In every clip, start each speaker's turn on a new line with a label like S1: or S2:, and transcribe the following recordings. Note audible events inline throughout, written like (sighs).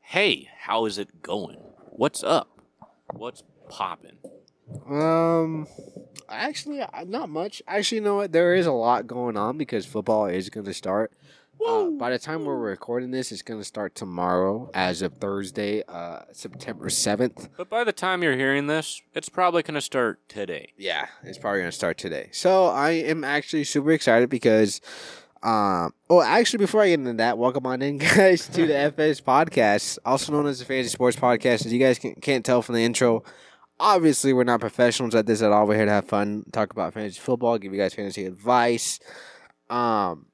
S1: Hey, how is it going? What's up? What's poppin'?
S2: Um, actually, I- not much. Actually, you know what? There is a lot going on because football is going to start. Uh, by the time we're recording this, it's going to start tomorrow, as of Thursday, uh, September seventh.
S1: But by the time you're hearing this, it's probably going to start today.
S2: Yeah, it's probably going to start today. So I am actually super excited because. Um, oh, actually, before I get into that, welcome on in, (laughs) guys, to the FS podcast, also known as the Fantasy Sports Podcast. As you guys can, can't tell from the intro, obviously, we're not professionals at this at all. We're here to have fun, talk about fantasy football, give you guys fantasy advice. Um,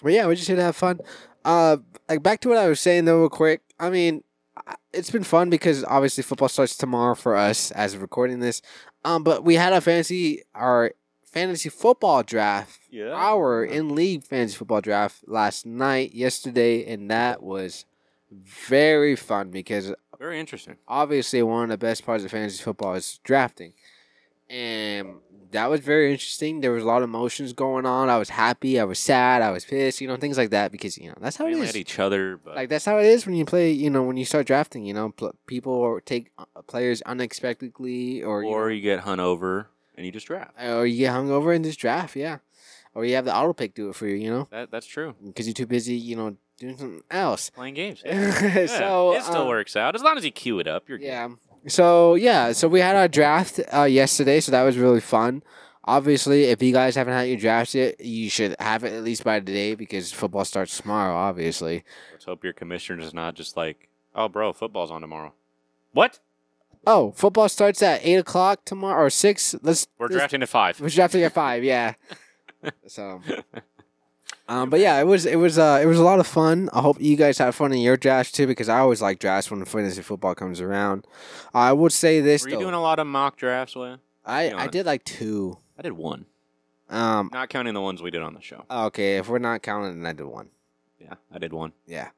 S2: but yeah, we're just here to have fun. Uh, like back to what I was saying though, real quick. I mean, I- it's been fun because obviously football starts tomorrow for us as of recording this. Um, but we had a fantasy our fantasy football draft
S1: Yeah.
S2: our in league fantasy football draft last night, yesterday, and that was very fun because
S1: Very interesting.
S2: obviously one of the best parts of fantasy football is drafting. And that was very interesting. There was a lot of emotions going on. I was happy, I was sad, I was pissed, you know, things like that because you know that's how it
S1: Mainly
S2: is.
S1: at each other, but
S2: Like that's how it is when you play. You know, when you start drafting, you know, pl- people or take uh, players unexpectedly, or
S1: or you get hung over and you just draft.
S2: you, know, or you get hungover in this draft, yeah, or you have the auto pick do it for you, you know,
S1: That that's true.
S2: because you're too busy, you know, doing something else.
S1: Playing
S2: (laughs)
S1: games. Yeah,
S2: so
S1: it still
S2: um,
S1: works out as long as you cue it up. You're good.
S2: Yeah. So yeah, so we had our draft uh, yesterday, so that was really fun. Obviously, if you guys haven't had your draft yet, you should have it at least by today because football starts tomorrow. Obviously.
S1: Let's hope your commissioner is not just like, oh, bro, football's on tomorrow. What?
S2: Oh, football starts at eight o'clock tomorrow or six. Let's
S1: We're
S2: let's-
S1: drafting at five.
S2: We're drafting at
S1: (laughs)
S2: five, yeah. So, um, but yeah, it was it was uh it was a lot of fun. I hope you guys had fun in your drafts too, because I always like drafts when fantasy football comes around. I would say this
S1: Were you
S2: though,
S1: doing a lot of mock drafts, Leah?
S2: I
S1: be
S2: I did like two.
S1: I did one,
S2: Um,
S1: not counting the ones we did on the show.
S2: okay, if we're not counting, then I did one.
S1: Yeah, I did one.
S2: Yeah.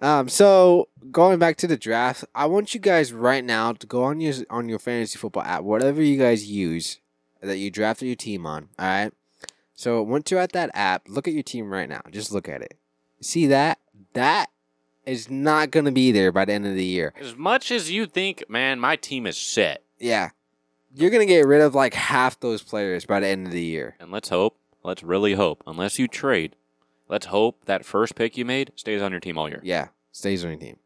S2: Um, so going back to the draft, I want you guys right now to go on your on your fantasy football app, whatever you guys use that you drafted your team on. All right. So once you're at that app, look at your team right now. Just look at it. See that? That is not going to be there by the end of the year.
S1: As much as you think, man, my team is set,
S2: Yeah. You're going to get rid of like half those players by the end of the year.
S1: and let's hope, let's really hope, unless you trade, let's hope that first pick you made stays on your team all year.
S2: Yeah, stays on your team.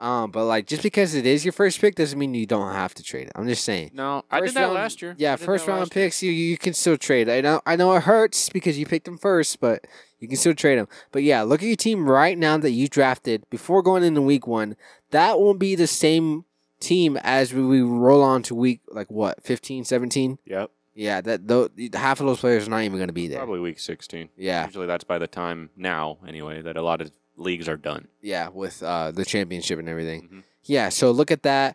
S2: Um, but like just because it is your first pick doesn't mean you don't have to trade it. I'm just saying.
S1: No, I did
S2: First
S1: that
S2: round-
S1: last year. I
S2: Yeah,
S1: did that
S2: first round
S1: last year.
S2: picks you you can still trade. I know I know it hurts because you picked them first, but you can still trade them. But yeah, look at your team right now that you drafted before going into week one. That won't be the same team as we, we roll on to week like what 15, 17?
S1: Yep,
S2: Yeah, that though half of those players are not even going to be there.
S1: probably week sixteen.
S2: Yeah,
S1: Usually that's by the time now, anyway, that a lot of leagues are done.
S2: yeah, with uh, the championship and everything.
S1: Mhm.
S2: Yeah, so look at that.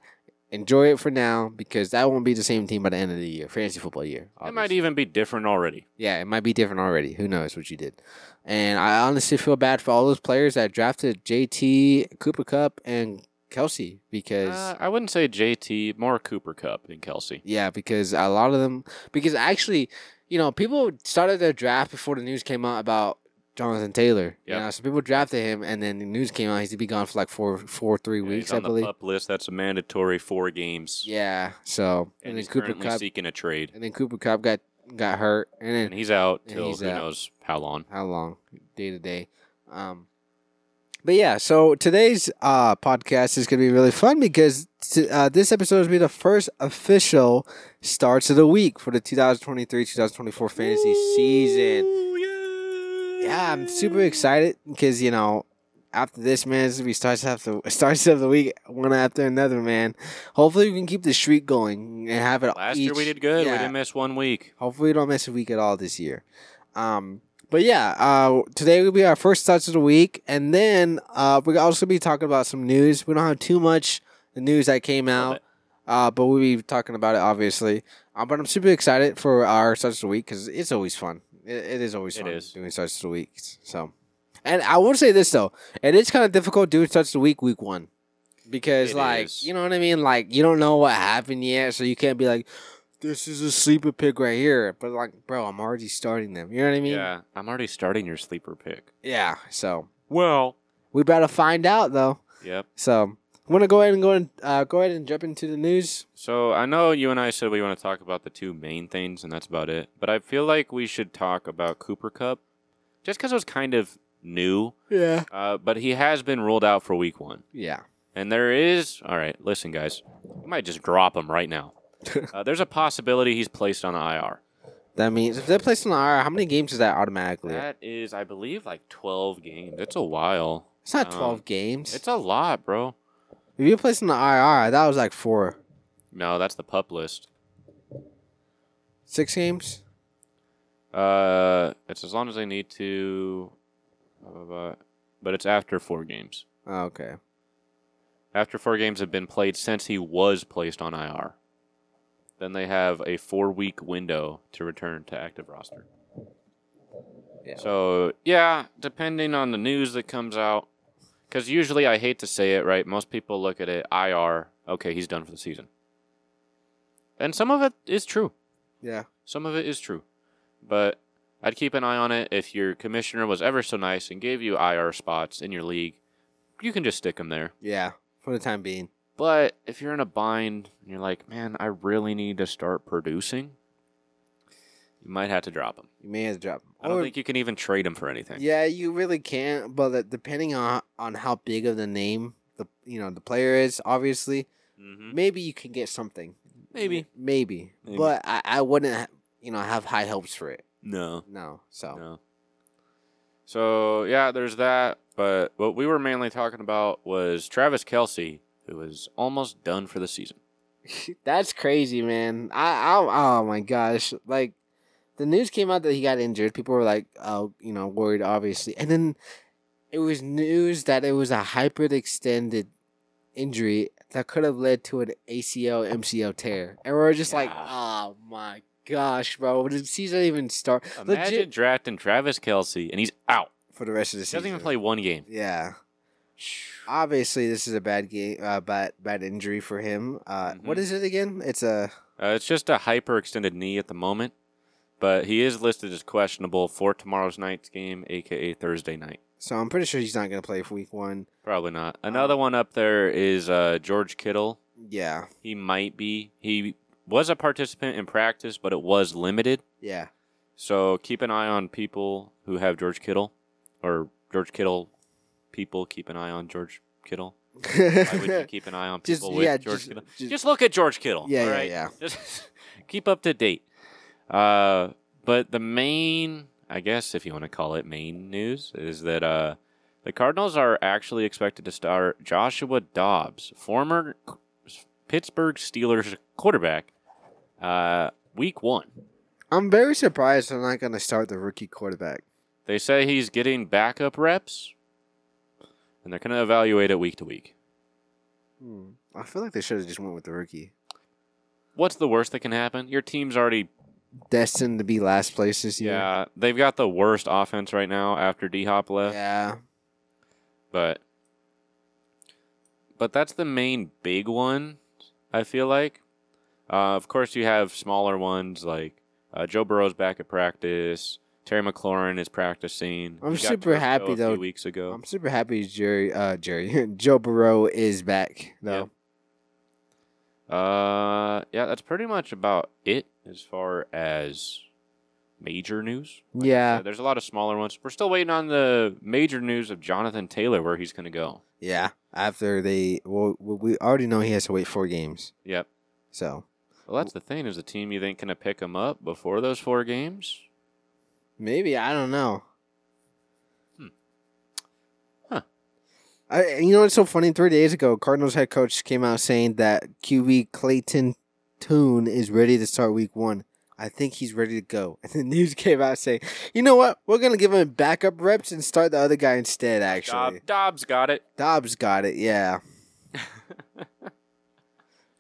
S2: Enjoy it for now because that won't be the same team by the end of the year, fantasy football year.
S1: It might
S2: obviously.
S1: even be different already.
S2: Yeah, it might be different already. Who knows what you did? And I honestly feel bad for all those players that drafted JT, Cooper Cup, and Kelsey because
S1: Uh, I wouldn't say JT, more Cooper Cup than Kelsey.
S2: yeah, because a lot of them because actually, you know, people started their draft before the news came out about Jonathan Taylor.
S1: Yep.
S2: You know, so people drafted him, and then the news came out he's to be gone for like four, four, three
S1: Yeah,
S2: weeks,
S1: he's on
S2: I believe.
S1: the pup list. That's a mandatory four games.
S2: Yeah, so
S1: and,
S2: and, then
S1: he's
S2: Cooper
S1: currently
S2: Cup,
S1: seeking a trade,
S2: and then Cooper Cup got got hurt, and then
S1: and he's out
S2: and
S1: till
S2: he's
S1: who
S2: out.
S1: knows how long.
S2: how long day to day um but yeah so today's uh podcast is gonna be really fun because t- uh, this episode is gonna be the first official starts of the week for the 2023-2024 fantasy season yeah i'm super excited because you know after this man it's gonna be starts after starts of the week one after another man hopefully we can keep the streak going and have it
S1: Last
S2: each,
S1: year we did good. We
S2: yeah.
S1: didn't miss one week.
S2: Hopefully, we don't miss a week at all this year. Um, but yeah, uh, today will be our first touch of the week, and then uh, we're also be talking about some news. We don't have too much the news that came
S1: Love
S2: out, uh, but we'll be talking about it obviously. Uh, but I'm super excited for our touch of the week because it's always fun. It, it is always
S1: It
S2: fun
S1: is.
S2: doing touch of the weeks. So, and I will say this though, it is kind of difficult doing touch of the week week one because
S1: It
S2: like
S1: is.
S2: you know what I mean. Like you don't know what happened yet, so you can't be like, "This is a sleeper pick right here." But like, bro, I'm already starting them. You know what I mean?
S1: yeah, I'm already starting your sleeper pick.
S2: Yeah. So
S1: Well,
S2: we better find out though.
S1: yep.
S2: So Want to go ahead and go and uh, go ahead and jump into the news?
S1: So I know you and I said we want to talk about the two main things, and that's about it. But I feel like we should talk about Cooper Cup, just because it was kind of new.
S2: Yeah.
S1: Uh, but he has been ruled out for Week One,
S2: Yeah.
S1: and there is all right. Listen, guys, we might just drop him right
S2: (laughs)
S1: now. uh, there's a possibility he's placed on IR.
S2: That means if they're placed on the IR, how many games is that automatically?
S1: That is, I believe, like 12 games. It's a while.
S2: it's not
S1: um,
S2: twelve games.
S1: It's a lot, bro.
S2: if you're placed on the IR, that was like four,
S1: No, that's the pup list.
S2: six games.
S1: Uh, it's as long as they need to, blah, blah, blah. but it's after four games.
S2: Oh, okay.
S1: After four games have been played since he was placed on IR, then they have a four-week window to return to active roster.
S2: Yeah.
S1: So yeah, depending on the news that comes out, because usually I hate to say it, right? Most people look at it IR. Okay, he's done for the season. And some of it is true.
S2: Yeah.
S1: Some of it is true, but I'd keep an eye on it. If your commissioner was ever so nice and gave you IR spots in your league, you can just stick them there.
S2: Yeah. For the time being.
S1: But if you're in a bind and you're like, man, I really need to start producing, you might have to drop him.
S2: You may have to drop.
S1: I don't
S2: Or-
S1: think you can even trade him for anything.
S2: Yeah, you really can't. But that- depending on on how big of the name the you know the player is, obviously,
S1: Mm-hmm.
S2: maybe you can get something.
S1: Maybe.
S2: Maybe.
S1: Maybe.
S2: But I, I wouldn't ha- you know have high hopes for it.
S1: No.
S2: No. So
S1: No. So yeah, there's that. But what we were mainly talking about was Travis Kelsey, who was almost done for the season.
S2: (laughs) that's crazy, man. I, I oh my gosh, like the news came out that he got injured. People were like, oh, you know, worried obviously, and then it was news that it was a hyperextended injury that could have led to an ACL MCL tear, and we are just like,
S1: Yeah.
S2: oh my gosh, bro, did the season even start?
S1: Imagine
S2: Legit-
S1: drafting Travis Kelsey and he's out.
S2: for the rest of the
S1: He
S2: season.
S1: doesn't even play one game.
S2: Yeah. Obviously, this is a bad game, uh, bad bad injury for him. Uh, what
S1: Mhm.
S2: is it again? It's a
S1: Uh, it's just a hyperextended knee at the moment, but he is listed as questionable for tomorrow's night's game, aka Thursday night.
S2: so I'm pretty sure he's not gonna play for week one.
S1: Probably not. Another one up there is uh, George Kittle.
S2: Yeah,
S1: He might be. He was a participant in practice, but it was limited.
S2: yeah,
S1: So keep an eye on people who have George Kittle, or George Kittle people. Keep an eye on George Kittle.
S2: (laughs)
S1: Why would you keep an eye on
S2: just
S1: people with
S2: yeah,
S1: George
S2: just,
S1: Kittle?
S2: just-
S1: Just look at George Kittle.
S2: yeah,
S1: all
S2: yeah,
S1: right?
S2: yeah.
S1: (laughs) Just keep up to date. Uh, but the main, I guess, if you want to call it main news, is that uh, the Cardinals are actually expected to start Joshua Dobbs, former Pittsburgh Steelers quarterback, uh, week one.
S2: I'm very surprised they're not gonna start the rookie quarterback.
S1: They say he's getting backup reps, and they're going to evaluate it week to week.
S2: Hmm. I feel like they should have just went with the rookie.
S1: What's the worst that can happen? Your team's already
S2: Destined to be last place this year.
S1: Yeah, they've got the worst offense right now after D Hop left.
S2: yeah.
S1: But but that's the main big one. I feel like. Uh, of course, you have smaller ones like uh, Joe Burrow's back at practice. Terry McLaurin is practicing.
S2: I'm
S1: You got
S2: super
S1: Tedesco
S2: happy,
S1: a few
S2: though.
S1: weeks ago,
S2: I'm super happy Jerry, uh, Jerry, (laughs) Joe Burrow is back though.
S1: uh, yeah, that's pretty much about it as far as major news. Like I
S2: Yeah.
S1: said, there's a lot of smaller ones. We're still waiting on the major news of Jonathan Taylor, where he's going to go.
S2: Yeah. After they, well, we already know he has to wait four games.
S1: Yep.
S2: So
S1: Well, that's the thing. Is the team you think gonna pick him up before those four games?
S2: maybe I don't know.
S1: Hmm. Huh.
S2: I, and you know what's so funny? Three days ago, Cardinals head coach came out saying that QB Clayton Toon is ready to start Week One. I think he's ready to go. (laughs) And the news came out saying, "You know what? We're gonna give him backup reps and start the other guy instead." Actually,
S1: Dob- Dobbs got it.
S2: Dobbs got it. Yeah. (laughs)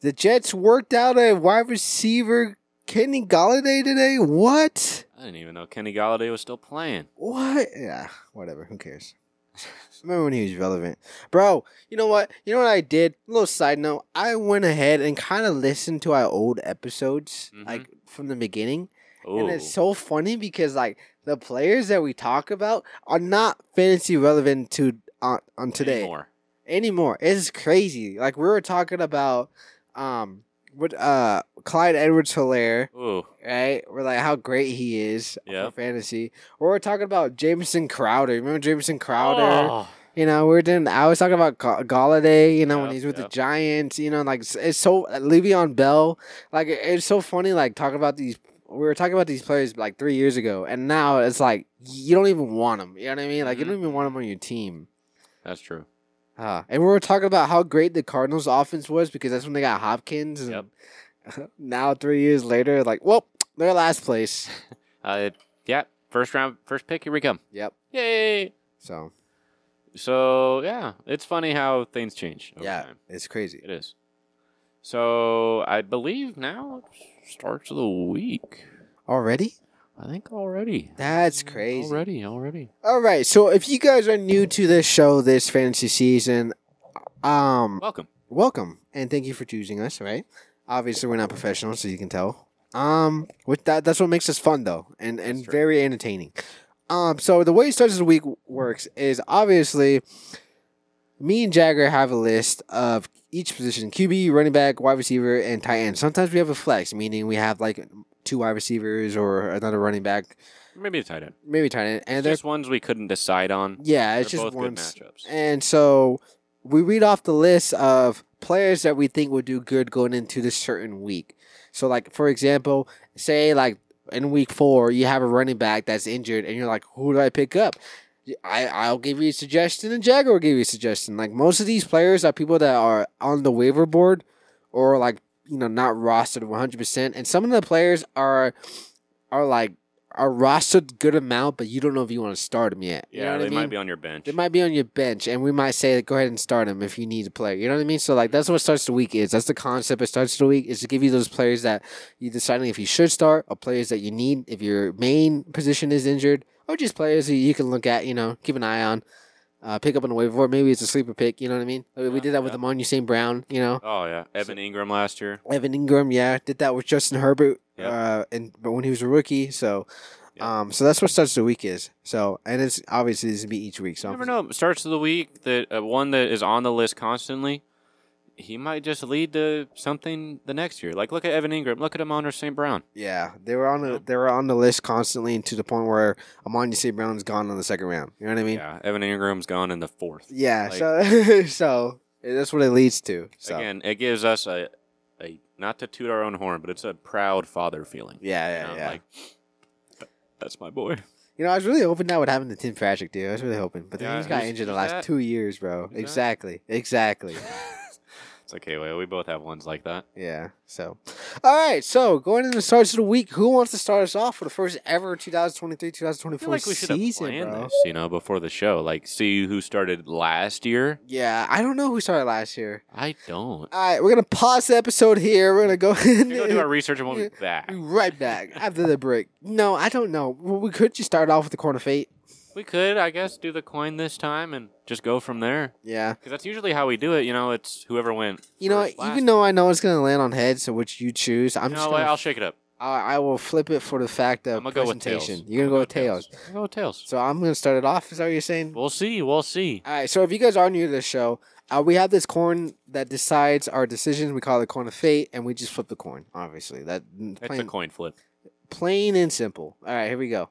S2: the Jets worked out a wide receiver Kenny Galladay today. What?
S1: I didn't even know Kenny Galladay was still playing.
S2: What? Yeah, whatever. Who cares? Remember when he was relevant, bro? You know what? You know what I did? little side note. I went ahead and kind of listened to our old episodes,
S1: Mhm.
S2: like from the beginning,
S1: Oh,
S2: and it's so funny because like the players that we talk about are not fantasy relevant to on, on today
S1: Anymore.
S2: anymore. It's crazy. Like we were talking about um what uh Clyde Edwards Hilaire,
S1: Ooh,
S2: right? We're like how great he is uh,
S1: Yeah.
S2: for fantasy. Or we're talking about Jameson Crowder. Remember Jameson Crowder?
S1: Oh.
S2: You know, we are doing I was talking about Ga- Galladay, you know, when
S1: Yeah,
S2: he's with
S1: yeah.
S2: the Giants, you know, like it's- it's so uh, Le'Veon Bell. Like it- it's so funny like talking about these we were talking about these players like three years ago, and now it's like you don't even want them. You know what I mean? Like you don't even want them on your team.
S1: that's true.
S2: Ah, and we were talking about how great the Cardinals' offense was because that's when they got Hopkins. And (laughs) now three years later, like, well, they're last place.
S1: Uh, yeah, first round, first pick. Here we come.
S2: Yep.
S1: Yay!
S2: So
S1: So yeah, it's funny how things change. Over
S2: yeah,
S1: time.
S2: it's crazy.
S1: it is. So I believe now it starts of the week.
S2: Already?
S1: I think already.
S2: That's crazy.
S1: Mm, Already, already.
S2: All right. So if you guys are new to this show, this fantasy season, um,
S1: Welcome.
S2: welcome and thank you for choosing us. Right? Obviously, we're not professional, so you can tell. Um, with that, that's what makes us fun though, and and
S1: That's true.
S2: very entertaining. Um, so the way Starts of the Week works is obviously me and Jagger have a list of each position QB, running back, wide receiver, and tight end. Sometimes we have a flex, meaning we have like two wide receivers or another running back,
S1: Maybe a tight end.
S2: maybe tight end. And
S1: And
S2: they're
S1: there's ones we couldn't decide on.
S2: yeah, it's
S1: They're
S2: just
S1: both
S2: one.
S1: good matchups.
S2: And so we read off the list of players that we think will do good going into this certain week. So, like for example, say like in week four, you have a running back that's injured, and you're like, who do I pick up? I, I'll give you a suggestion, and Jagger will give you a suggestion. Like most of these players are people that are on the waiver board, or like you know not rostered 100. percent And some of the players are are like are rostered good amount, but you don't know if you want to start them yet. You
S1: yeah,
S2: know what
S1: they
S2: I mean?
S1: might be on your bench.
S2: They might be on your bench, and we might say, go ahead and start them if you need a player. You know what I mean? So, like, that's what starts the week is. That's the concept. It starts the week is to give you those players that you're deciding if you should start, or players that you need if your main position is injured, or just players that you can look at, you know, keep an eye on, uh, pick up on the waiver board. Maybe it's a sleeper pick. You know what I mean? Like, we
S1: Yeah,
S2: did that with
S1: yeah.
S2: Amon St. Brown, you know.
S1: oh yeah, Evan Ingram last year.
S2: Evan Ingram, yeah, did that with Justin Herbert,
S1: Yep.
S2: uh, and but when he was a rookie, so,
S1: Yep.
S2: um, so that's what starts the week is. So, and it's obviously this will be each week. So
S1: You
S2: I'm
S1: never know. Starts of the week that uh, one that is on the list constantly, he might just lead to something the next year. Like look at Evan Ingram, look at Amon St. Brown.
S2: Yeah, they were on the,
S1: Yeah.
S2: they were on the list constantly, and to the point where Amon St. Brown's gone on the second round. You know what I mean? Yeah.
S1: Yeah, Evan Ingram's gone in the fourth.
S2: so (laughs) so eh, that's what it leads to. So
S1: Again, it gives us a, a not to toot our own horn, but it's a proud father feeling.
S2: yeah,
S1: You
S2: yeah,
S1: know,
S2: yeah.
S1: like, "Th- that's my boy. (laughs)
S2: you know, I was really hoping that would happen to Tim Patrick, dude. I was really hoping, but then
S1: Yeah,
S2: he's got
S1: who's-
S2: injured the
S1: who's
S2: last
S1: that?
S2: two years, bro.
S1: Who's that?
S2: exactly, exactly.
S1: it's okay. Well, we both have ones like that.
S2: yeah. So, all right. So going into the starts of the week, who wants to start us off for the first ever 2023-2024
S1: I feel like we should have
S2: season,
S1: planned
S2: bro?
S1: this, you know, before the show. Like, see who started last year.
S2: Yeah, I don't know who started last year.
S1: I don't.
S2: All right, we're gonna pause the episode here. We're gonna go. (laughs)
S1: We're gonna do our research and we'll be back.
S2: Be right back after the break. No, I don't know. Well, We could just start off with the corn of fate.
S1: We could, I guess, do the coin this time and just go from there.
S2: Yeah.
S1: Because that's usually how we do it. You know, it's whoever went.
S2: You know,
S1: first, last.
S2: even though I know it's gonna land on heads, so which you choose,
S1: You
S2: I'm just
S1: know
S2: gonna,
S1: what, I'll
S2: I'll,
S1: shake it up.
S2: I, I will flip it for the fact of
S1: I'm gonna go with tails.
S2: presentation. You're gonna go with tails.
S1: I'll go with tails.
S2: So I'm gonna start it off. Is that what you're saying?
S1: We'll see. We'll see.
S2: All right. So if you guys are new to this show, uh, we have this corn that decides our decisions. We call it the corn of fate, and we just flip the coin. Obviously, that mm,
S1: It's a
S2: plain,
S1: coin flip.
S2: plain and simple. All right, here we go.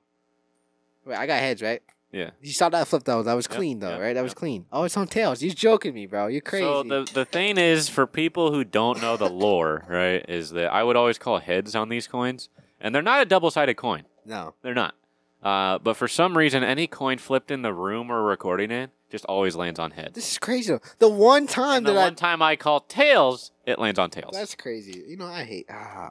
S2: Wait, I got heads, right?
S1: Yeah.
S2: You saw that flip though. That was
S1: Yep,
S2: clean though,
S1: yep,
S2: right? That was
S1: yep.
S2: clean. Oh, it's on tails. You're joking me, bro. You're crazy.
S1: So the the thing is, for people who don't know the
S2: (laughs)
S1: lore, right, is that I would always call heads on these coins, and they're not a double sided coin.
S2: no.
S1: They're not. Uh, but for some reason, any coin flipped in the room we're recording in just always lands on heads.
S2: This is crazy. Though. The one time
S1: And the
S2: that
S1: one time I call tails, it lands on
S2: I
S1: tails.
S2: that's crazy. You know, I hate. Ah.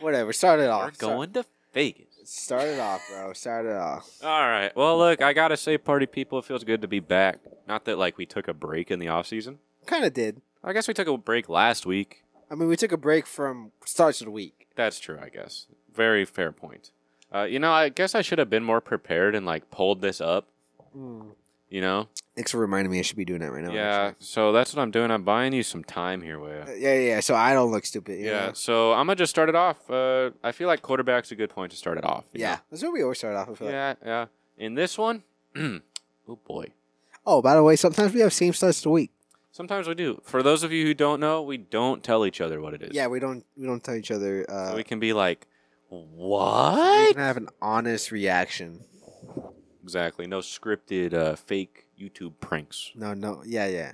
S2: Whatever. Start it off.
S1: We're going to Vegas.
S2: Start, start it off, bro. Start it off.
S1: All right. Well, look, I gotta say, party people, it feels good to be back. Not that like we took a break in the off season.
S2: Kind of did.
S1: I guess we took a break last week.
S2: I mean, we took a break from starts of the week.
S1: That's true. I guess. Very fair point. Uh, you know, I guess I should have been more prepared and like pulled this up. You know.
S2: Thanks for reminding me. I should be doing that right now.
S1: Hmm. yeah. So that's what I'm doing. I'm buying you some time here, Wea.
S2: actually. Uh, Yeah, yeah, yeah. So I don't look stupid. you
S1: Yeah.
S2: know?
S1: So I'm gonna just start it off. Uh, I feel like quarterback's a good point to start it off. you
S2: Yeah. That's where we always start off. I (laughs)
S1: know?
S2: feel like.
S1: Yeah. Yeah. In this one, (clears throat) oh boy.
S2: Oh, by the way, sometimes we have same starts of the week.
S1: Sometimes we do. For those of you who don't know, we don't tell each other what it is.
S2: Yeah, we don't we don't tell each other. Uh,
S1: So we
S2: we
S1: can be like,
S2: can
S1: what?
S2: have an honest reaction.
S1: Exactly. No scripted uh, fake YouTube pranks.
S2: No, no, yeah, yeah.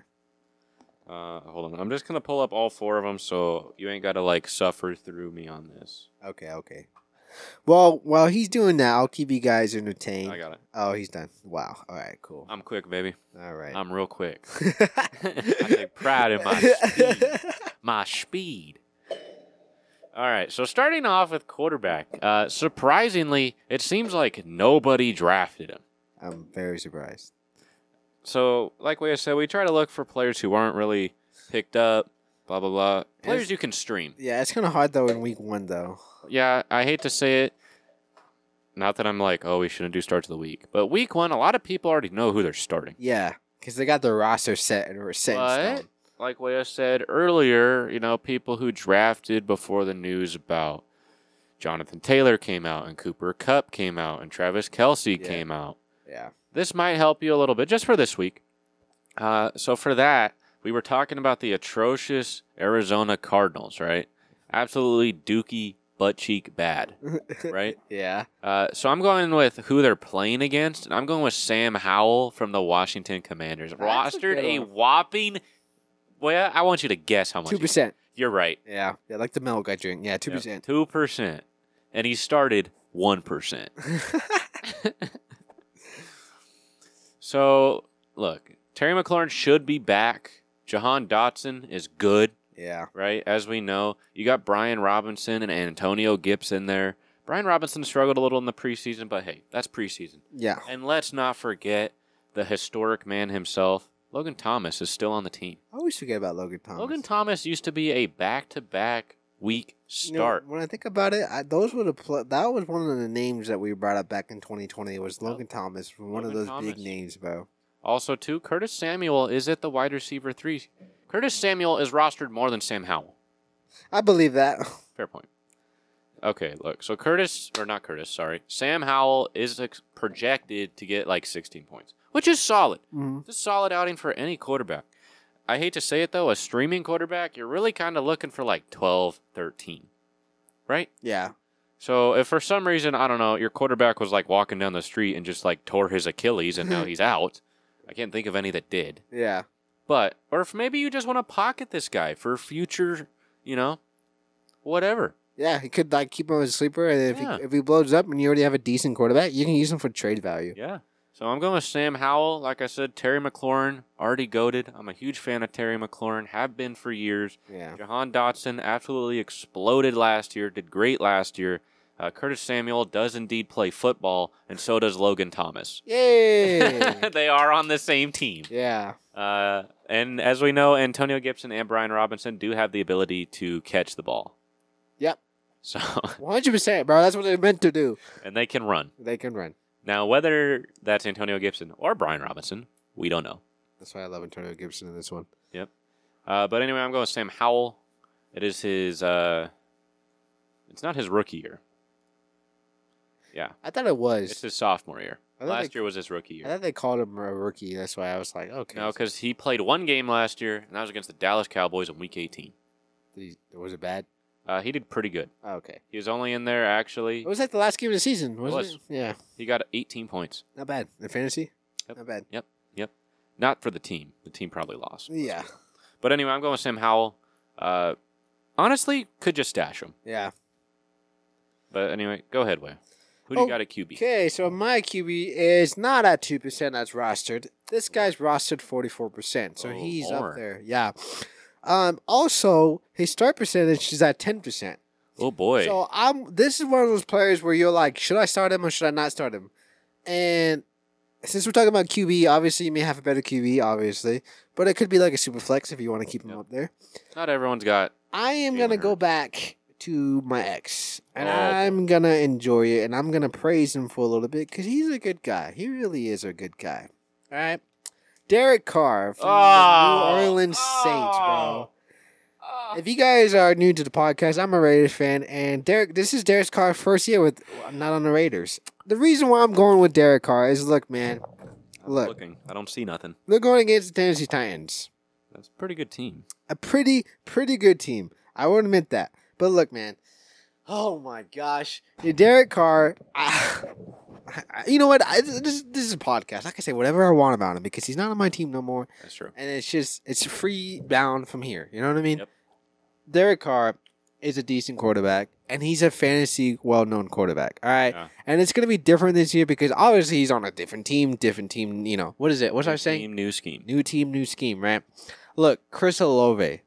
S1: Uh, hold on. I'm just going to pull up all four of them so you ain't got to like suffer through me on this.
S2: Okay, okay. Well, while he's doing that, I'll keep you guys entertained.
S1: I got it.
S2: Oh, he's done. Wow. All right, cool.
S1: I'm quick, baby.
S2: All right. (laughs)
S1: I'm real quick. (laughs) I take pride in my speed. My speed. All right. So starting off with quarterback, uh, surprisingly, it seems like nobody drafted him.
S2: I'm very surprised.
S1: So, like we said, we try to look for players who aren't really picked up. Blah blah blah. Players
S2: Yes.
S1: you can stream.
S2: Yeah, it's kind of hard though in week one though.
S1: Yeah, I hate to say it. Not that I'm like, oh, we shouldn't do starts of the week, but week one, a lot of people already know who they're starting.
S2: Yeah, because they got the roster set and we're set in
S1: But,
S2: stone.
S1: like what I said earlier, you know, people who drafted before the news about Jonathan Taylor came out and Cooper Cup came out and Travis Kelsey
S2: Yeah.
S1: came out.
S2: Yeah.
S1: This might help you a little bit just for this week. Uh, so, for that, we were talking about the atrocious Arizona Cardinals, right? Absolutely dookie, butt cheek
S2: (laughs)
S1: bad, right?
S2: Yeah.
S1: Uh, so I'm going with who they're playing against, and I'm going with Sam Howell from the Washington Commanders.
S2: That's a
S1: Rostered
S2: good
S1: a
S2: one.
S1: whopping. Well, I want you to guess how much.
S2: Two
S1: he-
S2: percent.
S1: You're right.
S2: Yeah. Yeah, like the milk I drink. Yeah, two percent. (laughs)
S1: Two percent, and he started one percent. So look, Terry McLaurin should be back. Jahan Dotson is good,
S2: yeah.
S1: right? As we know, you got Brian Robinson and Antonio Gibson there. Brian Robinson struggled a little in the preseason, but hey, that's preseason.
S2: Yeah.
S1: And let's not forget the historic man himself, Logan Thomas, is still on the team.
S2: I always forget about Logan Thomas.
S1: Logan Thomas used to be a back to back week
S2: You know,
S1: start.
S2: when I think about it, I, those were the pl- that was one of the names that we brought up back in 2020 was Logan Thomas, one
S1: Logan
S2: of those big
S1: Thomas.
S2: names, bro.
S1: Also, too, Curtis Samuel is at the wide receiver three. Curtis Samuel is rostered more than Sam Howell.
S2: I believe that. (laughs)
S1: Fair point. Okay, look. So Curtis, or not Curtis, sorry. Sam Howell is ex- projected to get like 16 points, which is solid.
S2: Mhm.
S1: It's a solid outing for any quarterback. I hate to say it though, a streaming quarterback, you're really kind of looking for like 12, 13, right?
S2: Yeah,
S1: So if for some reason, I don't know, your quarterback was like walking down the street and just like tore his Achilles and now he's out, I can't think of any that did.
S2: yeah,
S1: But, or if maybe you just want to pocket this guy for future, you know, whatever.
S2: yeah. He could like keep him as a sleeper, and if
S1: Yeah.
S2: he, if he blows up and you already have a decent quarterback, you can use him for trade value.
S1: Yeah. So I'm going with Sam Howell. Like I said, Terry McLaurin, already goaded. I'm a huge fan of Terry McLaurin, have been for years.
S2: Yeah,
S1: Jahan Dotson absolutely exploded last year, did great last year. Uh, Curtis Samuel does indeed play football, and so does Logan Thomas. (laughs)
S2: yay!
S1: they are on the same team.
S2: yeah,
S1: Uh, and as we know, Antonio Gibson and Brian Robinson do have the ability to catch the ball.
S2: Yep.
S1: So, (laughs)
S2: 100 percent, bro. That's what they're meant to do.
S1: and they can run.
S2: They can run.
S1: Now, whether that's Antonio Gibson or Brian Robinson, we don't know.
S2: That's why I love Antonio Gibson in this one.
S1: Uh, but anyway, I'm going with Sam Howell. It is his. Uh, it's not his rookie year. Yeah,
S2: I thought it was.
S1: it's his sophomore year.
S2: I thought
S1: Last
S2: they-
S1: year was his rookie year.
S2: I thought they called him a rookie. That's why I was like, okay.
S1: No, because he played one game last year, and that was against the Dallas Cowboys in Week 18.
S2: Did he- was it bad?
S1: Uh, he did pretty good.
S2: Oh, okay.
S1: He was only in there actually.
S2: It was like the last game of the season, wasn't it?
S1: was.
S2: Yeah,
S1: He got 18 points.
S2: not bad. In fantasy,
S1: Yep.
S2: not bad.
S1: Not for the team. The team probably lost.
S2: Yeah,
S1: But anyway, I'm going with Sam Howell. Uh, honestly, could just stash him.
S2: yeah.
S1: But anyway, go ahead, Way. Who do
S2: Oh,
S1: you got at QB?
S2: Okay, so my QB is not at two percent as rostered. This guy's rostered forty four percent, so
S1: Oh,
S2: he's
S1: more.
S2: up there. Yeah. Um. Also, his start percentage is at ten percent.
S1: Oh boy.
S2: So I'm. This is one of those players where you're like, should I start him or should I not start him? And since we're talking about QB, obviously you may have a better QB, obviously, but it could be like a super flex if you want to keep him
S1: Yep.
S2: up there.
S1: Not everyone's got
S2: I am gonna
S1: Jalen
S2: go
S1: Hurts.
S2: back to my ex, and
S1: Oh, boy.
S2: I'm gonna enjoy it, and I'm gonna praise him for a little bit because he's a good guy. He really is a good guy. All right, Derek Carr from
S1: Ah.
S2: the New Orleans Saints, bro. If you guys are new to the podcast, I'm a Raiders fan, and Derek, this is Derek Carr's first year with not on the Raiders. The reason why I'm going with Derek Carr is, look, man,
S1: I'm
S2: look,
S1: looking. I don't see nothing.
S2: they're going against the Tennessee Titans.
S1: That's a pretty good team.
S2: a pretty pretty good team. I won't admit that. But look, man. Oh my gosh, your Derek Carr. I, I- you know what? I, this this is a podcast. I can say whatever I want about him because he's not on my team no more,
S1: That's true.
S2: and it's just it's free bound from here. You know what I mean?
S1: Yep.
S2: Derek Carr is a decent quarterback, and he's a fantasy well known quarterback. All right,
S1: Yeah.
S2: and it's gonna be different this year because obviously he's on a different team, different team. You know what is it? What's I
S1: New
S2: saying?
S1: Team, new scheme.
S2: New team, new scheme, right? Look, Chris Olave.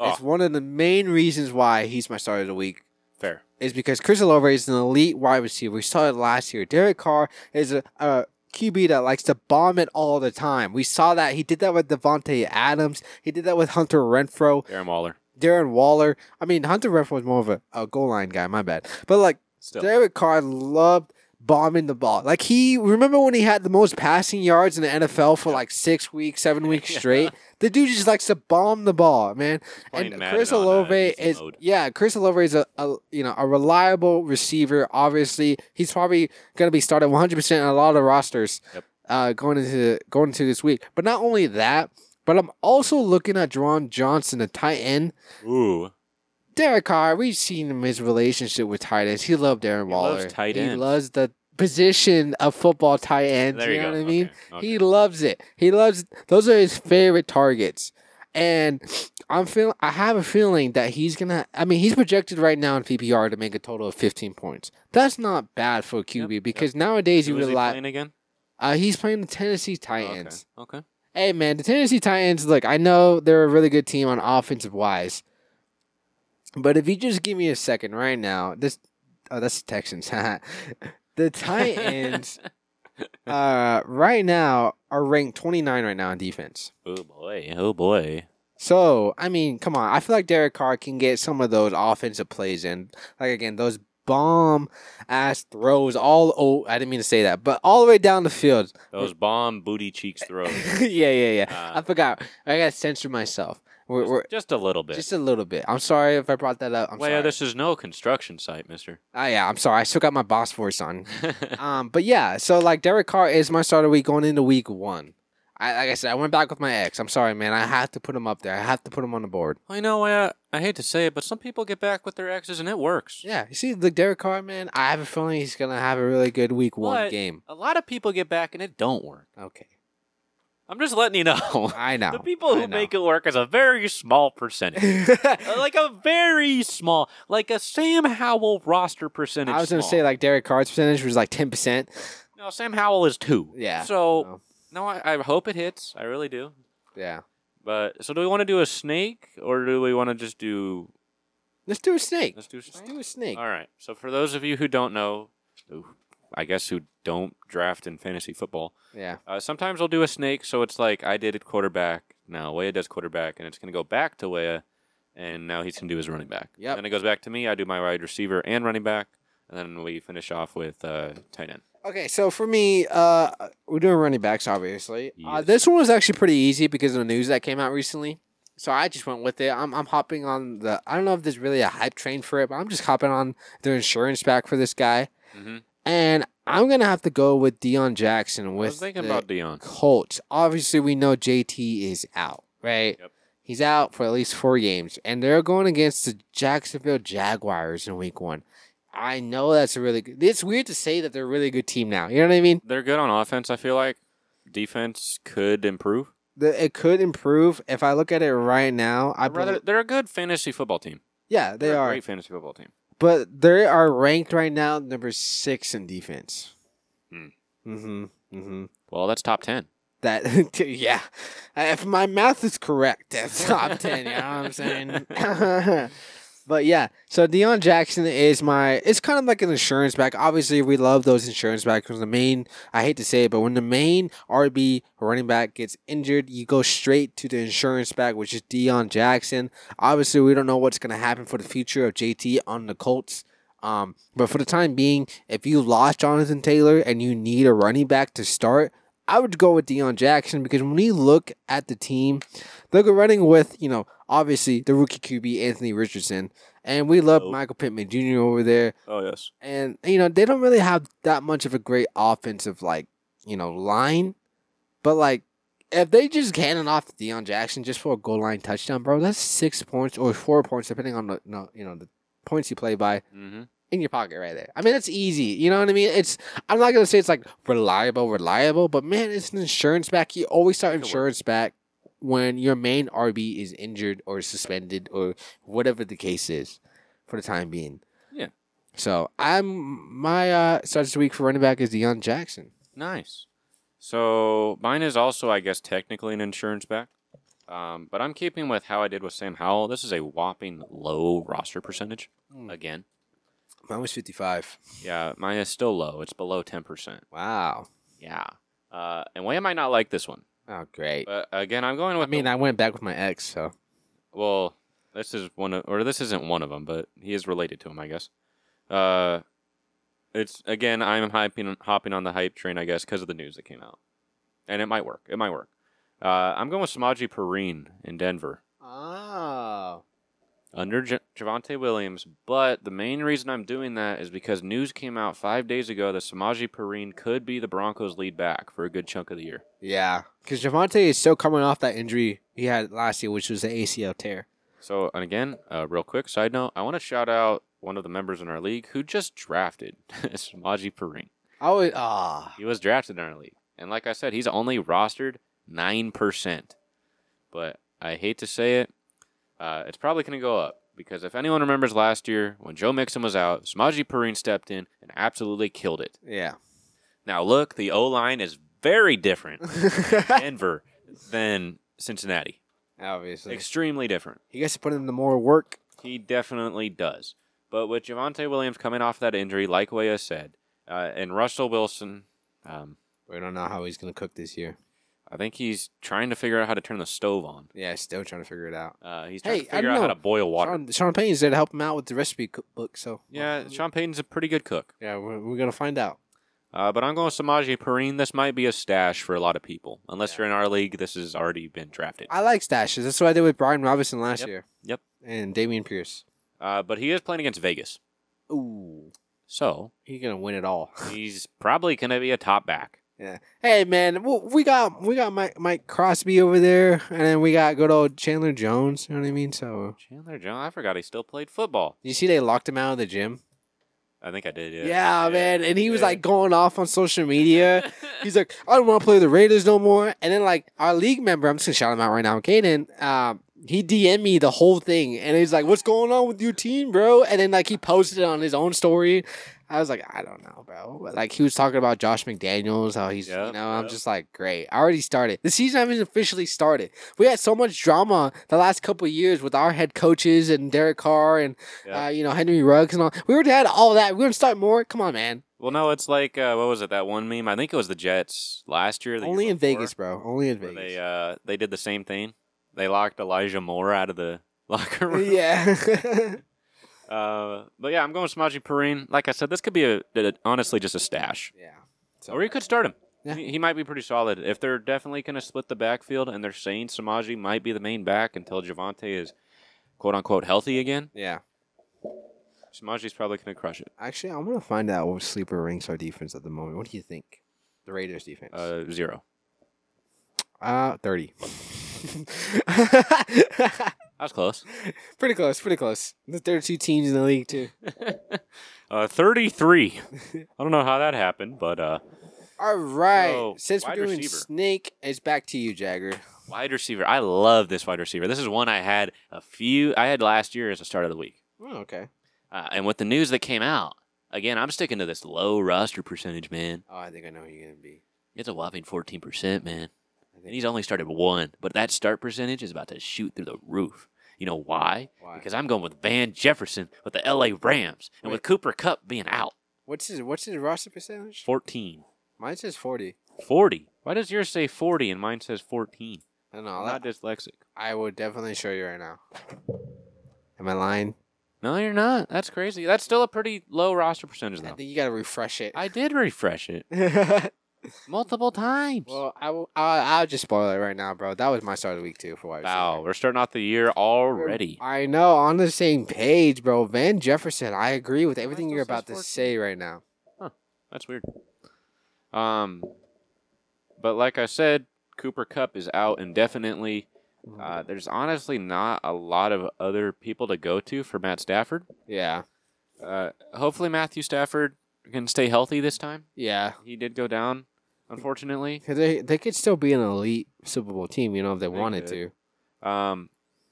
S2: It's
S1: oh,
S2: one of the main reasons why he's my starter of the week
S1: fair.
S2: is because Chris Olave is an elite wide receiver. We saw it last year. Derek Carr is a, a QB that likes to bomb it all the time. We saw that. He did that with Devontae Adams. He did that with Hunter Renfro,
S1: Darren Waller.
S2: Darren Waller. I mean, Hunter Renfro was more of a, a goal line guy, my bad. But like,
S1: Still.
S2: Derek Carr loved bombing the ball. Like he remember when he had the most passing yards in the NFL for like six weeks, seven
S1: (laughs)
S2: weeks
S1: Yeah.
S2: straight. The dude just likes to bomb the ball, man.
S1: Playing
S2: and
S1: Madden
S2: Chris
S1: on, uh,
S2: Olave
S1: easy
S2: is
S1: mode.
S2: yeah, Chris Olave is a, a you know a reliable receiver. Obviously, he's probably going to be started 100 percent in a lot of rosters
S1: Yep.
S2: uh, going into going into this week. But not only that, but I'm also looking at Dron Johnson, a tight end.
S1: Ooh.
S2: Derek Carr, we've seen him his relationship with tight ends. He loved Darren
S1: He
S2: Waller.
S1: loves tight
S2: He
S1: ends.
S2: loves the position of football tight ends.
S1: There
S2: you
S1: you
S2: know
S1: go.
S2: what I mean?
S1: Okay, okay.
S2: He loves it. He loves those are his favorite targets. And I'm feel I have a feeling that he's gonna I mean he's projected right now in PPR to make a total of fifteen points. That's not bad for a QB
S1: yep.
S2: because nowadays you
S1: Who is he
S2: rely
S1: playing again?
S2: uh, he's playing the Tennessee
S1: Okay,
S2: Titans.
S1: Okay.
S2: Hey man, the Tennessee Titans. Look, I know they're a really good team on offensive wise, but if you just give me a second right now, this oh that's the Texans. (laughs) the Titans uh, right now are ranked 29 right now in defense.
S1: Oh boy. Oh boy.
S2: So I mean, come on. I feel like Derek Carr can get some of those offensive plays in. Like again, those bomb ass throws all. Oh, I didn't mean to say that, but all the way down the field. (laughs)
S1: Those bomb booty cheeks throws.
S2: yeah, yeah, yeah. I
S1: Uh,
S2: forgot. I gotta censor myself. (laughs) We're, we're
S1: just a little bit.
S2: just a little bit. I'm sorry if I brought that up. I'm
S1: Well,
S2: sorry.
S1: this is no construction site, mister. (laughs)
S2: Ah, yeah, I'm sorry. I still got my boss voice on. um, but yeah, so like Derek Carr is my starter week going into week one. I, like I said, I went back with my ex. I'm sorry, man. I have to put him up there. I have to put him on the board.
S1: I know, I, I hate to say it, but some people get back with their exes and it works.
S2: Yeah, you see, the Derek Carr, man. I have a feeling he's gonna have a really good week one
S1: What?
S2: game.
S1: A lot of people get back and it don't work.
S2: Okay,
S1: I'm just letting you know.
S2: Oh, I know
S1: (laughs) The people
S2: I
S1: who
S2: know.
S1: make it work is a very small
S2: (laughs)
S1: percentage. Uh, like a very small, like a Sam Howell roster percentage.
S2: I was gonna
S1: small.
S2: say like Derek Carr's percentage was like ten percent.
S1: no. Sam Howell is two.
S2: Yeah.
S1: So
S2: Oh.
S1: no, I, I hope it hits. I really do.
S2: Yeah,
S1: But so, do we want to do a snake or do we want to just do?
S2: let's do a snake.
S1: Let's do a
S2: Let's
S1: snake.
S2: do a snake.
S1: All right. So for those of you who don't know, who- I guess who don't draft in fantasy football,
S2: Yeah.
S1: uh, sometimes I'll do a snake. So it's like I did at quarterback. Now Wea does quarterback, and it's going to go back to Wea, and now he's going to do his running back.
S2: Yep.
S1: And it goes back to me. I do my wide receiver and running back, and then we finish off with uh, tight end.
S2: Okay, so for me, uh, we're doing running backs, obviously. Uh,
S1: Yes.
S2: this one was actually pretty easy because of the news that came out recently. So I just went with it. I'm, I'm hopping on the. I don't know if there's really a hype train for it, but I'm just hopping on their insurance back for this guy.
S1: Mm-hmm.
S2: And I'm going to have to go with Deion Jackson
S1: I
S2: with
S1: was thinking
S2: the
S1: about Dion.
S2: Colts. Obviously, we know JT is out, right?
S1: Yep.
S2: He's out for at least four games, and they're going against the Jacksonville Jaguars in week one. I know that's a really good. It's weird to say that they're a really good team now. You know what I mean?
S1: They're good on offense. I feel like defense could improve.
S2: the, it could improve if I look at it right now. I
S1: I'd rather
S2: believe-
S1: they're a good fantasy football team.
S2: yeah, they
S1: They're a
S2: are,
S1: great fantasy football team.
S2: but they are ranked right now number six in defense.
S1: Hmm.
S2: Mm-hmm. Mm-hmm.
S1: Well, that's top ten.
S2: That (laughs) yeah, if my math is correct, (laughs) that's top ten. You know what I'm saying? (laughs) but yeah, so Deion Jackson is my. It's kind of like an insurance back. Obviously, we love those insurance backs. When the main, I hate to say it, but when the main RB or running back gets injured, you go straight to the insurance back, which is Deion Jackson. Obviously, we don't know what's going to happen for the future of JT on the Colts. Um, but for the time being, if you lost Jonathan Taylor and you need a running back to start, I would go with Deion Jackson because when you look at the team, they're running with, you know, obviously the rookie QB, Anthony Richardson. And we love
S1: Oh.
S2: Michael Pittman Jr. over there.
S1: Oh yes.
S2: And, you know, they don't really have that much of a great offensive, like, you know, line. But, like, if they just cannon off to Deion Jackson just for a goal line touchdown, bro, that's six points or four points, depending on the no, you know the points you play by
S1: Mm-hmm.
S2: in your pocket right there. I mean, that's easy. You know what I mean? It's I'm not gonna say it's like reliable, reliable, but man, it's an insurance back. You always start
S1: It works.
S2: insurance back when your main RB is injured or suspended or whatever the case is for the time being.
S1: Yeah.
S2: So I'm my uh start this week for running back is Deion Jackson.
S1: Nice. So mine is also, I guess, technically an insurance back. Um, but I'm keeping with how I did with Sam Howell. This is a whopping low roster percentage
S2: Mm.
S1: again.
S2: Mine was fifty five.
S1: Yeah, mine is still low. It's below 10%.
S2: Wow.
S1: Yeah. Uh, and why am I not like this one?
S2: Oh great.
S1: But again, I'm going with.
S2: I mean, I went back with my ex, so
S1: well, this is one of, or this isn't one of them, but he is related to him, I guess. Uh, it's again, I'm hyping, hopping on the hype train, I guess, because of the news that came out, and it might work. It might work. Uh, I'm going with Samaji Perine in Denver
S2: Oh.
S1: under J- Javante Williams, but the main reason I'm doing that is because news came out five days ago that Samaji Perine could be the Broncos' lead back for a good chunk of the year.
S2: Yeah, because Javante is still coming off that injury he had last year, which was the ACL tear.
S1: So, and again, uh, real quick side note, I want to shout out one of the members in our league who just drafted (laughs) Samaji Perine.
S2: I was ah,
S1: He was drafted in our league. And like I said, he's only rostered 9%. But I hate to say it, uh, it's probably going to go up because if anyone remembers last year when Joe Mixon was out, Samaji Perine stepped in and absolutely killed it.
S2: yeah. (laughs)
S1: Now, look, the O line is very
S2: (laughs)
S1: different in Denver than Cincinnati.
S2: Obviously,
S1: Extremely different.
S2: he gets to put in the more work.
S1: He definitely does. But with Javante Williams coming off that injury, like Wea said, uh, and Russell Wilson, um,
S2: We don't know how he's gonna cook this year.
S1: I think he's trying to figure out how to turn the stove on.
S2: Yeah, still trying to figure it out.
S1: Uh, he's trying
S2: Hey,
S1: to
S2: I
S1: figure out
S2: know.
S1: how to boil water.
S2: Sean, Sean Payne's there to help him out with the recipe cookbook, so
S1: yeah, Sean Payton's a pretty good cook.
S2: yeah, we're, we're gonna find out.
S1: Uh, but I'm going with Samaji Perine. This might be a stash for a lot of people. Unless
S2: Yeah.
S1: you're in our league, this has already been drafted.
S2: I like stashes. That's what I did with Brian Robinson last
S1: Yep,
S2: year.
S1: yep.
S2: And Damian Pierce.
S1: Uh, but he is playing against Vegas.
S2: Ooh,
S1: So
S2: he's gonna win it all. (laughs)
S1: he's probably going to be a top back.
S2: Hey man, w- we got we got Mike Mike Crosby over there, and then we got good old Chandler Jones. You know what I mean? So
S1: Chandler Jones, I forgot he still played football.
S2: you see, they locked him out of the gym.
S1: I think I did. Yeah,
S2: Yeah, man, and he was
S1: Yeah.
S2: like going off on social media.
S1: (laughs)
S2: He's like, I don't want to play the Raiders no more. And then like our league member, I'm just gonna shout him out right now, Caden. Um, he DM'd me the whole thing, and he's like, "What's going on with your team, bro?" And then like he posted it on his own story. I was like, I don't know, bro. But, like he was talking about Josh McDaniels, how he's, you
S1: Yep,
S2: know, I'm
S1: yep.
S2: just like, great. I already started. The season haven't even officially started. We had so much drama the last couple of years with our head coaches and Derek Carr and
S1: Yeah.
S2: uh, you know Henry Ruggs and all. We already had all that. We're gonna start more. Come on, man.
S1: Well, no, it's like uh, what was it? That one meme. I think it was the Jets last year. the year
S2: Only in
S1: before,
S2: Vegas, bro. Only in
S1: where
S2: Vegas.
S1: They uh, they did the same thing. They locked Elijah Moore out of the (laughs) locker room.
S2: (laughs) yeah.
S1: Uh, but yeah, I'm going with Samaji Perine. Like I said, this could be a, a- honestly just a stash,
S2: yeah.
S1: or you could start him.
S2: Yeah.
S1: He, he might be pretty solid if they're definitely going to split the backfield, and they're saying Samaji might be the main back until Javante is quote unquote healthy again.
S2: Yeah.
S1: Samaji's probably going to crush it.
S2: Actually, I'm gonna find out what sleeper ranks our defense at the moment. What do you think? The Raiders defense. Uh,
S1: Uh, zero.
S2: thirty.
S1: That was close.
S2: (laughs) pretty close. Pretty close. The thirty-two teams in the league too.
S1: Uh,
S2: (laughs)
S1: 33. I don't know how that happened, but uh,
S2: All right.
S1: So,
S2: Since we're
S1: wide
S2: doing
S1: receiver.
S2: snake, it's back to you, Jagger.
S1: wide receiver. I love this wide receiver. This is one I had a few, I had last year as a start of the week.
S2: Oh, okay.
S1: Uh, and with the news that came out, again, I'm sticking to this low roster percentage, man.
S2: Oh, I think I know who you're gonna be.
S1: It's a whopping 14%, man.
S2: I think
S1: And he's only started one, but that start percentage is about to shoot through the roof. You know why?
S2: Why?
S1: Because I'm going with Van Jefferson with the LA Rams and with
S2: Wait.
S1: Cooper Cup being out.
S2: what's his what's his roster percentage?
S1: 14.
S2: Mine says forty.
S1: 40. Why does yours say 40 and mine says 14?
S2: I don't know.
S1: I'm
S2: Oh,
S1: not
S2: that-
S1: dyslexic.
S2: I will definitely show you right now. Am I lying?
S1: No, you're not. That's crazy. That's still a pretty low roster percentage,
S2: I
S1: though.
S2: think you gotta refresh it.
S1: I did refresh (laughs) it multiple times.
S2: well, I will. I, I'll just spoil it right now, bro. That was my start of the week too for wide
S1: wow,
S2: receiver.
S1: we're starting off the year already.
S2: I know on the same page, bro. Van Jefferson. I agree with everything
S1: still
S2: you're
S1: says
S2: about to
S1: 14.
S2: say right now.
S1: That's weird. Um, but like I said, Cooper Cup is out indefinitely. Uh, there's honestly not a lot of other people to go to for Matt Stafford.
S2: yeah,
S1: Uh, hopefully, Matthew Stafford can stay healthy this time.
S2: yeah.
S1: He did go down, unfortunately.
S2: 'Cause they they could still be an elite Super Bowl team, you know, if they,
S1: They
S2: wanted
S1: could. Um,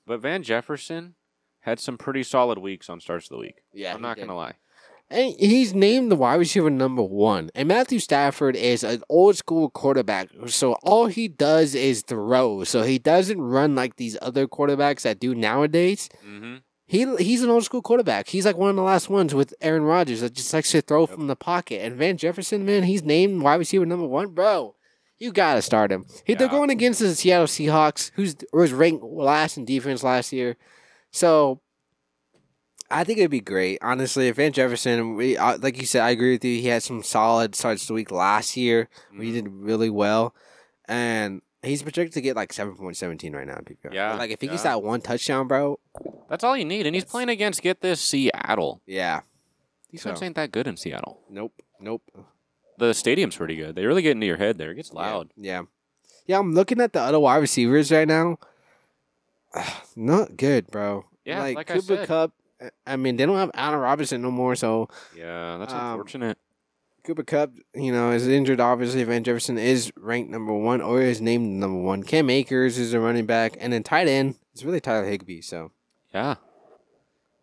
S1: but Van Jefferson had some pretty solid weeks on starts of the week.
S2: to. Yeah,
S1: I'm not gonna lie.
S2: And he's named the wide receiver number one. And Matthew Stafford is an old school quarterback. So all he does is throw. So he doesn't run like these other quarterbacks that do nowadays.
S1: Mm-hmm.
S2: He he's an old school quarterback. He's like one of the last ones with Aaron Rodgers that just likes to throw from the pocket. And Van Jefferson, man, he's named wide receiver number one, bro. You gotta start him. He, They're
S1: Yeah.
S2: going against the Seattle Seahawks, who's was ranked last in defense last year. So I think it'd be great, honestly. If Van Jefferson, we, uh, like you said, I agree with you. He had some solid starts to the week last year. where
S1: Mm-hmm.
S2: He did really well, and he's projected to get like seven point seventeen right now. in PPR.
S1: Yeah,
S2: like if he gets
S1: yeah.
S2: that one touchdown, bro.
S1: That's all you need, and he's playing against get this Seattle.
S2: Yeah.
S1: These
S2: So-
S1: guys ain't that good in Seattle.
S2: Nope. Nope.
S1: The stadium's pretty good. They really get into your head there. It gets loud.
S2: Yeah. yeah. Yeah, I'm looking at the other wide receivers right now. (sighs) Not good, bro.
S1: Yeah, like I
S2: Cooper
S1: said.
S2: Cup. I mean, they don't have Allen Robinson no more, so
S1: Yeah, that's
S2: Um,
S1: unfortunate.
S2: Cooper Cup, you know, is injured. Obviously, Van Jefferson is ranked number one or is named number one. Cam Akers is a running back, and then tight end it's really Tyler Higbee. So
S1: Yeah.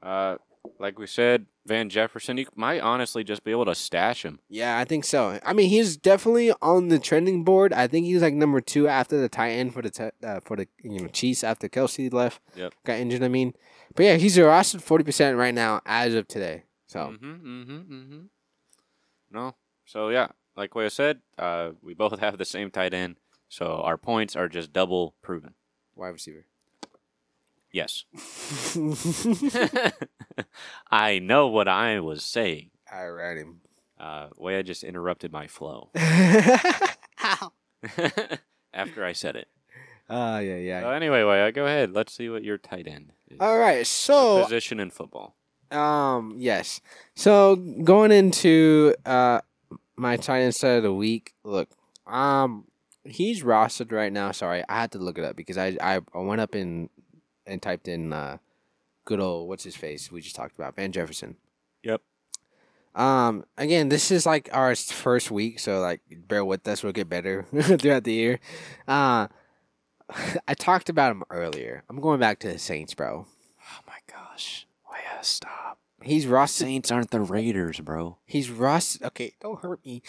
S1: Uh, like we said, Van Jefferson, you might honestly just be able to stash him.
S2: yeah, I think so. I mean, he's definitely on the trending board. I think he's like number two after the tight end for the t- uh, for the you know Chiefs after Kelsey left.
S1: Yep.
S2: got injured. I mean, but yeah, he's a rostered forty percent right now as of today. So
S1: Mm-hmm, mm-hmm, mm-hmm. No. So, yeah, like what I said, uh, we both (laughs) have the same tight end, so our points are just double proven.
S2: wide receiver.
S1: Yes. (laughs) I know what I was saying.
S2: (laughs) I ran him.
S1: Uh, way I just interrupted my flow
S2: (laughs) Ow.
S1: after I said it.
S2: Ah, yeah, yeah.
S1: So anyway, Waya, go ahead. Let's see what your tight end is.
S2: All right,
S1: The
S2: so
S1: position in football.
S2: Um. Yes. So going into uh my tight end set of the week. Look, um, he's rostered right now. Sorry, I had to look it up because I I, I went up and and typed in uh good old what's his face we just talked about Van Jefferson.
S1: Yep.
S2: Um. Again, this is like our first week, so like bear with us. We'll get better (laughs) throughout the year. Uh, (laughs) I talked about him earlier. I'm going back to the Saints, bro.
S1: Oh my gosh. Waya, stop.
S2: He's rostered.
S1: Saints aren't the Raiders, bro.
S2: He's rostered. Okay, don't hurt (laughs) me.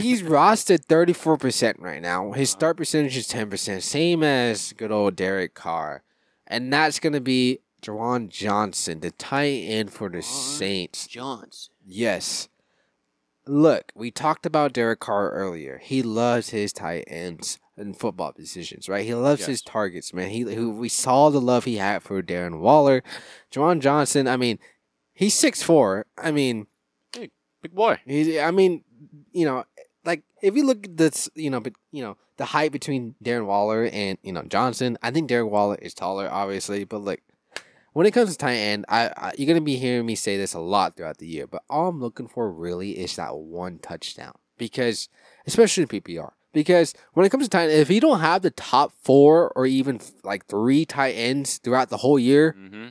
S2: He's rostered thirty four percent right now. His start percentage is ten percent, same as good old Derek Carr, and that's gonna be Jawan Johnson, the tight end for the
S1: Jawan.
S2: Saints.
S1: Johns.
S2: Yes. Look, we talked about Derek Carr earlier. He loves his tight ends and football decisions, right? He loves his
S1: Yes.
S2: targets, man. He who we saw the love he had for Darren Waller, Jawan Johnson. I mean, he's six four. I mean.
S1: Big boy.
S2: He's, I mean, you know, like if you look at this, you know, but you know, the height between Darren Waller and you know Johnson. I think Darren Waller is taller, obviously, but like when it comes to tight end, I, I you're gonna be hearing me say this a lot throughout the year. But all I'm looking for really is that one touchdown because, especially in PPR. Because when it comes to tight end, if you don't have the top four or even like three tight ends throughout the whole year,
S1: Mm-hmm.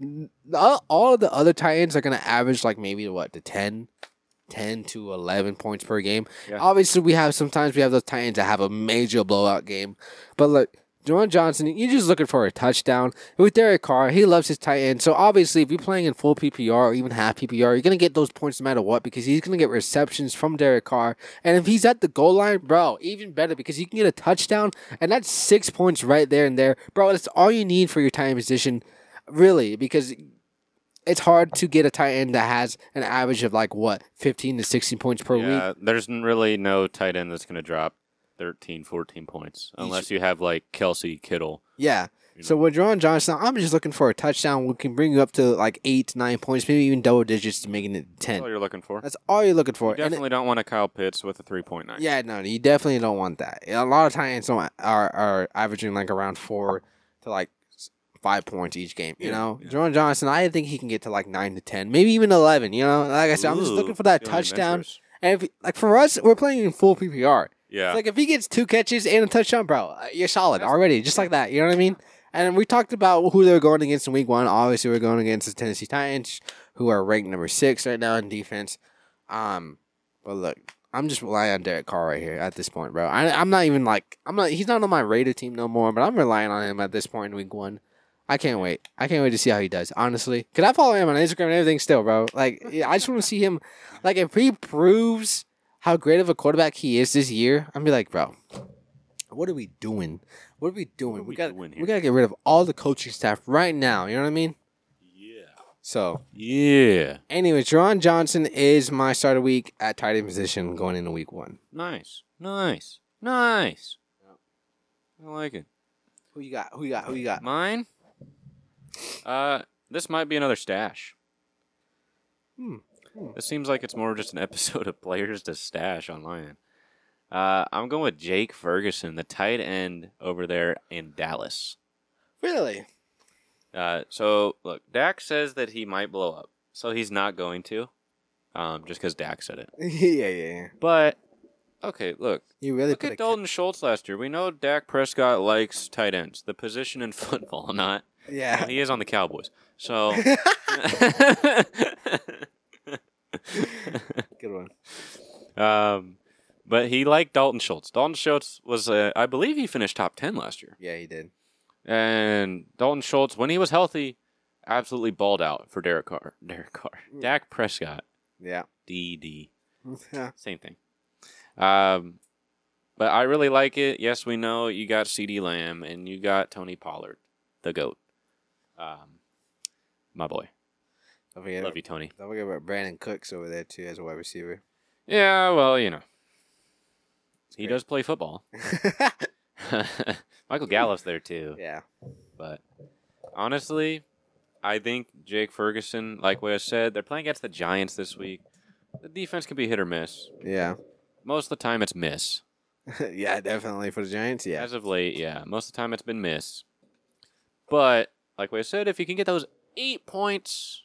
S2: n- all all of the other tight ends are going to average like maybe what the 10 10 to 11 points per game
S1: Yeah.
S2: obviously we have sometimes we have those tight ends that have a major blowout game but look John Johnson, you're just looking for a touchdown. With Derek Carr, he loves his tight end. So obviously, if you're playing in full PPR or even half PPR, you're gonna get those points no matter what because he's gonna get receptions from Derek Carr. And if he's at the goal line, bro, even better because you can get a touchdown and that's six points right there and there, bro. That's all you need for your tight end position really, because it's hard to get a tight end that has an average of like what fifteen to sixteen points per week.
S1: Yeah, there's n- really no tight end that's going to drop 13, 14 points unless you have like Kelsey Kittle.
S2: Yeah. So with Jaron Johnson, I'm just looking for a touchdown. We can bring you up to like eight to nine points, maybe even double digits to making it
S1: That's all
S2: ten.
S1: you're looking for.
S2: That's all you're looking
S1: Oh,
S2: for.
S1: You
S2: And it-
S1: definitely don't want a Kyle Pitts with a 3.9.
S2: yeah, no, you definitely don't want that. A lot of tight ends don't, are are averaging like around four to like s- five points each game. You
S1: Yeah,
S2: know,
S1: yeah.
S2: Jaron Johnson, I think he can get to like nine to ten, maybe even eleven. You know, like I said, I'm just
S1: Ooh,
S2: looking for that
S1: feeling
S2: touchdown.
S1: adventurous.
S2: And if, like for us, we're playing in full PPR.
S1: Yeah.
S2: It's like if he gets two catches and a touchdown, bro, uh, you're solid already, just like that. You know what I mean? And we talked about who they were going against in week one. Obviously, we're going against the Tennessee Titans, who are ranked number six right now in defense. Um, but look, I'm just relying on Derek Carr right here at this point, bro. I, I'm not even like I'm not. He's not on my Raider team no more, but I'm relying on him at this point in week one. I can't wait. I can't wait to see how he does. Honestly, could I follow him on Instagram and everything still, bro? Like, yeah, I just want to see him. Like, if he proves how great of a quarterback he is this year, I'm be like, bro, what are we doing? What are we doing?
S1: are
S2: we
S1: we
S2: got
S1: doing
S2: we
S1: here?"
S2: got to get rid of all the coaching staff right now. You know what I mean? So,
S1: Yeah.
S2: anyway, Jerron Johnson is my start of week at tight end position going into week one.
S1: Nice. Nice. Nice. I like it.
S2: Who you got? Who you got? Who you got?
S1: Mine. Uh, this might be another stash.
S2: Hmm.
S1: This seems like it's more just an (laughs) episode of players to stash online. Uh, I'm going with Jake Ferguson, the tight end over there in Dallas.
S2: (laughs) Really? (laughs)
S1: Uh, so look, Dak says that he might blow up, so he's not going to, um, just because Dak said it.
S2: yeah, yeah, yeah.
S1: But okay, look,
S2: You really
S1: Look
S2: put
S1: at
S2: a
S1: Dalton Schultz last year. We know Dak Prescott likes tight ends, the position in (laughs) football, not.
S2: Yeah.
S1: He is on the Cowboys.
S2: (laughs)
S1: So. (laughs)
S2: Good one.
S1: um, but he liked Dalton Schultz. Dalton Schultz was, uh, I believe he finished top 10 last year.
S2: Yeah, he did.
S1: And Dalton Schultz, when he was healthy, absolutely balled out for Derek Carr. Derek Carr. Dak Prescott.
S2: Yeah. (laughs)
S1: DD. Same thing. Um, but I really like it. Yes, we know you got C.D. Lamb and you got Tony Pollard, the goat. Um, my boy,
S2: Don't forget,
S1: love you, Tony.
S2: don't forget about Brandon Cooks over there too as a wide receiver.
S1: Yeah, well, you know, he
S2: great.
S1: does play
S2: (laughs)
S1: football. (laughs) Michael Gallup's there too,
S2: yeah.
S1: but honestly, I think Jake Ferguson, like what I said, they're playing against the Giants this week. The defense can be hit or miss.
S2: Yeah.
S1: Most of the time, it's miss.
S2: (laughs) yeah, definitely for the Giants. Yeah.
S1: As of late, yeah. Most of the time it's been miss. But like we said, if you can get those eight points,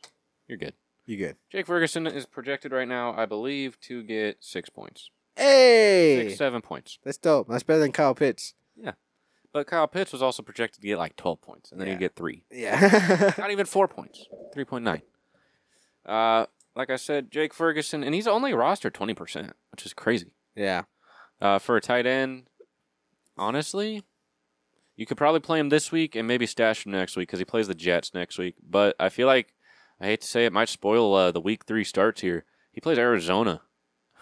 S1: you're good.
S2: You good.
S1: Jake Ferguson is projected right now, I believe, to get six points.
S2: Hey.
S1: Six, seven points.
S2: That's dope. That's better than Kyle Pitts.
S1: But Kyle Pitts was also projected to get like twelve points, and then
S2: Yeah.
S1: he'd get three.
S2: Yeah. (laughs)
S1: Not even four points. Three point nine. Uh like I said, Jake Ferguson, and he's only rostered twenty percent, which is crazy.
S2: yeah.
S1: Uh, for a tight end, honestly, you could probably play him this week and maybe stash him next week because he plays the Jets next week. But I feel like I hate to say it might spoil uh, the week three starts here. He plays Arizona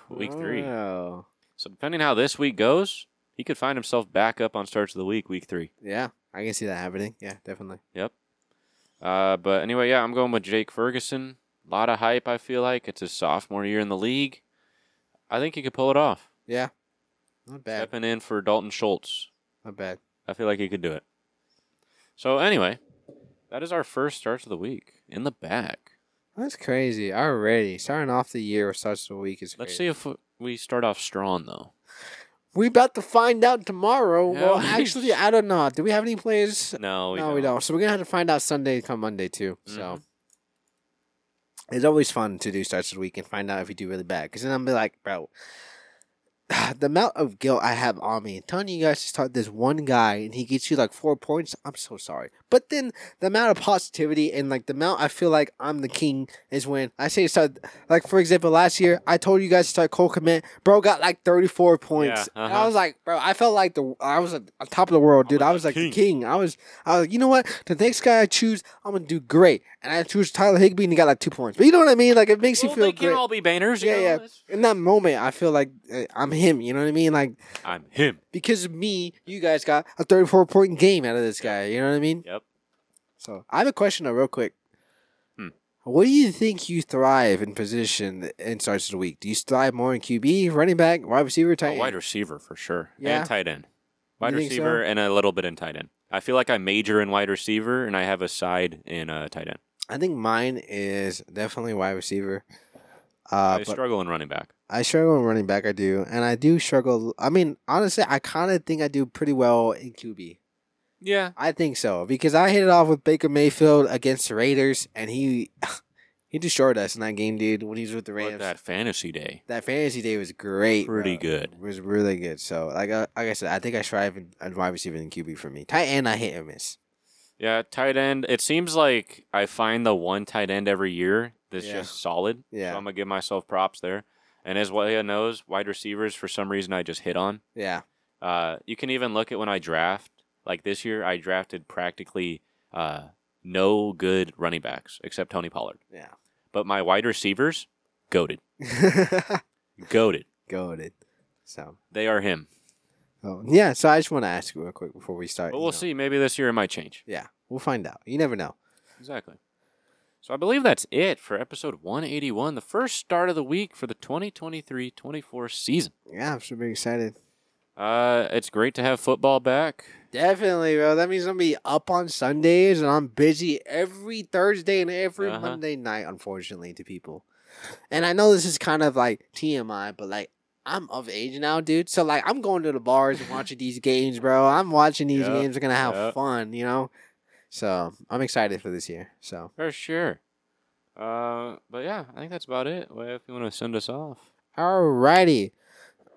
S1: week three,
S2: Oh.
S1: so depending how this week goes, he could find himself back up on starts of the week week three.
S2: Yeah. I can see that happening. Yeah, definitely.
S1: Uh, but anyway, yeah, I'm going with Jake Ferguson. A lot of hype. I feel like it's his sophomore year in the league. I think he could pull it off.
S2: Yeah. Not bad.
S1: Stepping in for Dalton Schultz.
S2: Not bad.
S1: I feel like he could do it. So anyway, that is our first starts of the week in the bag.
S2: That's crazy already. Starting off the year or starts of the week is.
S1: Let's
S2: crazy.
S1: see if we start off strong though.
S2: We about to find out tomorrow.
S1: Yeah.
S2: Well, actually, I don't know. Do we have any players?
S1: No, we
S2: no,
S1: don't. Mm-hmm.
S2: we don't. So we're gonna have to find out Sunday come Monday too. So it's always fun to do starts of the week and find out if you do really bad. Because then I'm be like, bro, (sighs) the amount of guilt I have on me. Telling you guys to start this one guy and he gets you like four points. I'm so sorry. But then the amount of positivity and like the amount I feel like I'm the king is when I say start. Like for example, last year I told you guys to start Cole Komet. Bro got like 34 points.
S1: Yeah,
S2: And I
S1: uh-huh.
S2: was like, bro, I felt like the I was at- on top of the world, dude.
S1: was
S2: I
S1: the
S2: was like the
S1: king.
S2: king. I was I was like, you know what? The next guy I choose, I'm gonna do great. And I choose Tyler Higby and he got like two points. But you know what I mean? Like it makes
S1: Well,
S2: you feel
S1: they
S2: great.
S1: can all be banners.
S2: Yeah, yeah. In that moment, I feel like uh, I'm him. You know what I mean? Like
S1: I'm him.
S2: because of me, you guys got a 34 point game out of this guy. You know what I mean?
S1: Yep.
S2: So I have a question though, real quick.
S1: Hmm.
S2: What do you think you thrive in position in starts of the week? Do you thrive more in QB, running back, wide receiver, tight
S1: A
S2: end?
S1: wide receiver for sure.
S2: Yeah.
S1: And tight end. Wide
S2: You think so?
S1: receiver and a little bit in tight end. I feel like I major in wide receiver and I have a side in uh, tight end.
S2: I think mine is definitely wide receiver. Uh,
S1: I
S2: but
S1: struggle in running back.
S2: I struggle in running back. I do, and I do struggle. I mean, honestly, I kind of think I do pretty well in QB.
S1: Yeah.
S2: I think so because I hit it off with Baker Mayfield against the Raiders, and he (laughs) He destroyed us in that game, dude. When he was with the Rams,
S1: But that fantasy day,
S2: that fantasy day was great.
S1: pretty
S2: bro.
S1: good.
S2: It was really good. So like I, like I said, I think I strive in in wide receiver and QB for me. Tight end, I hit and miss.
S1: Yeah, tight end. It seems like I find the one tight end every year that's
S2: Yeah.
S1: just solid.
S2: Yeah.
S1: So I'm gonna give myself props there. And as Waya knows, wide receivers for some reason I just hit on.
S2: Yeah,
S1: Uh, you can even look at when I draft. Like this year, I drafted practically uh, no good running backs except Tony Pollard.
S2: (laughs)
S1: But my wide receivers, goaded,
S2: yeah.
S1: goaded.
S2: Goaded. So
S1: They are him.
S2: oh, yeah. So I just want to ask you real quick before we start.
S1: But
S2: you
S1: we'll
S2: know.
S1: see. Maybe this year it might change.
S2: Yeah, we'll find out. You never know.
S1: Exactly. So I believe that's it for episode 181, the first start of the week for the 2023-24 season.
S2: Yeah, I'm super excited.
S1: Uh, it's great to have football back.
S2: Definitely, bro. That means I'm gonna be up on Sundays, and I'm busy every Thursday and every
S1: Uh-huh.
S2: Monday night. Unfortunately, to people, and I know this is kind of like TMI, but like I'm of age now, dude. So like I'm going to the bars and watching these games, bro. I'm watching these
S1: Yeah,
S2: games. We're gonna have
S1: yeah.
S2: fun, you know. So I'm excited for this year. So
S1: For sure. Uh, but yeah, I think that's about it. Well, if you want to send us off.
S2: alrighty.